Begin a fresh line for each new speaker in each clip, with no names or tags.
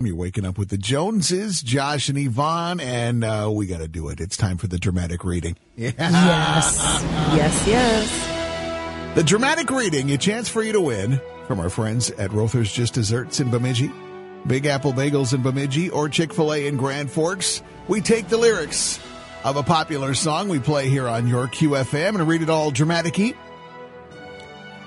You're waking up with the Joneses, Josh and Yvonne, and uh, we got to do it. It's time for the dramatic reading.
Yes. yes, yes.
The dramatic reading, a chance for you to win from our friends at Rother's Just Desserts in Bemidji, Big Apple Bagels in Bemidji, or Chick fil A in Grand Forks. We take the lyrics of a popular song we play here on your QFM and read it all dramatic eat.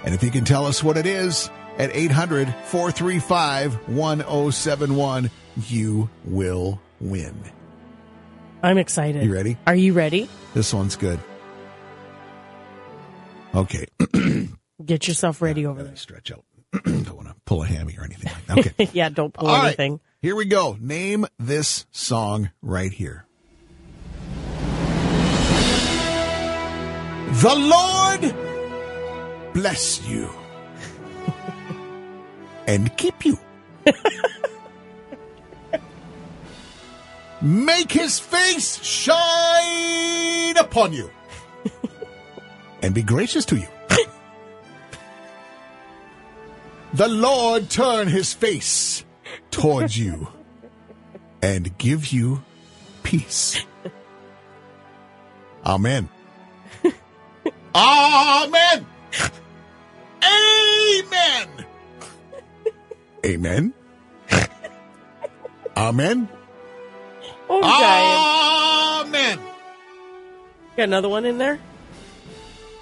And if you can tell us what it is at 800 435 1071, you will win.
I'm excited.
You ready?
Are you ready?
This one's good. Okay.
Get yourself ready over there.
Stretch out. Don't want to pull a hammy or anything like that. Okay.
yeah, don't pull
All right,
anything.
Here we go. Name this song right here. The Lord bless you and keep you. Make his face shine upon you and be gracious to you. the Lord turn his face towards you and give you peace. Amen. Amen. Amen. Amen. Amen.
Oh, God.
Amen.
Got another one in there?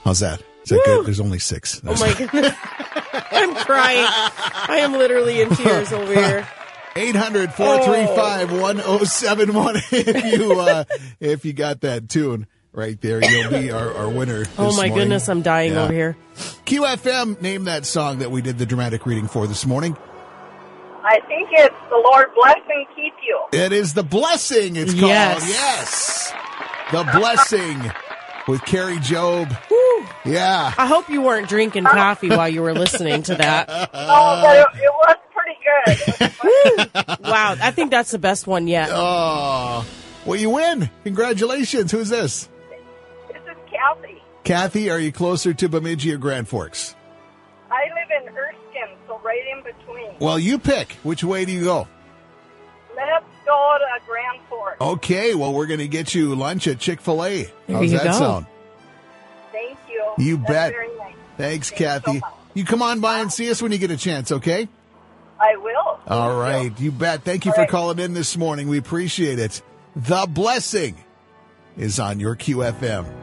How's that? Is that good? There's only six.
Oh, my God. I'm crying. I am literally in tears over here.
800 435 1071.
Oh.
If you, uh, if you got that tune right there, you'll be our, our winner.
Oh,
this
my
morning.
goodness. I'm dying
Yeah.
over here.
QFM named that song that we did the dramatic reading for this morning.
I think it's the Lord bless and keep you.
It is The Blessing, it's called.
Yes.
Yes. The Blessing with Carrie Job. Yeah.
I hope you weren't drinking coffee while you were listening to that.
Ah.
oh, but it, it was pretty good.
Wow. I think that's the best one yet.
Oh, well, you win. Congratulations. Who's this?
this is Kathy.
Kathy, are you closer to Bemidji or Grand Forks?
I live in Erskine, so right in between.
Well, you pick. Which way do you go?
Let's go to Grand Forks.
Oh. Okay, well, we're going to get you lunch at Chick fil A. How's
you
that
go.
sound?
Thank you.
You
That's
bet.
Very nice.
Thanks,
Thank you so
Kathy. You,
much.
come on by and see us when you get a chance, okay?
I will.
All right, you bet. Thank you
All
for
right.
calling in this morning. We appreciate it. The blessing is on your QFM.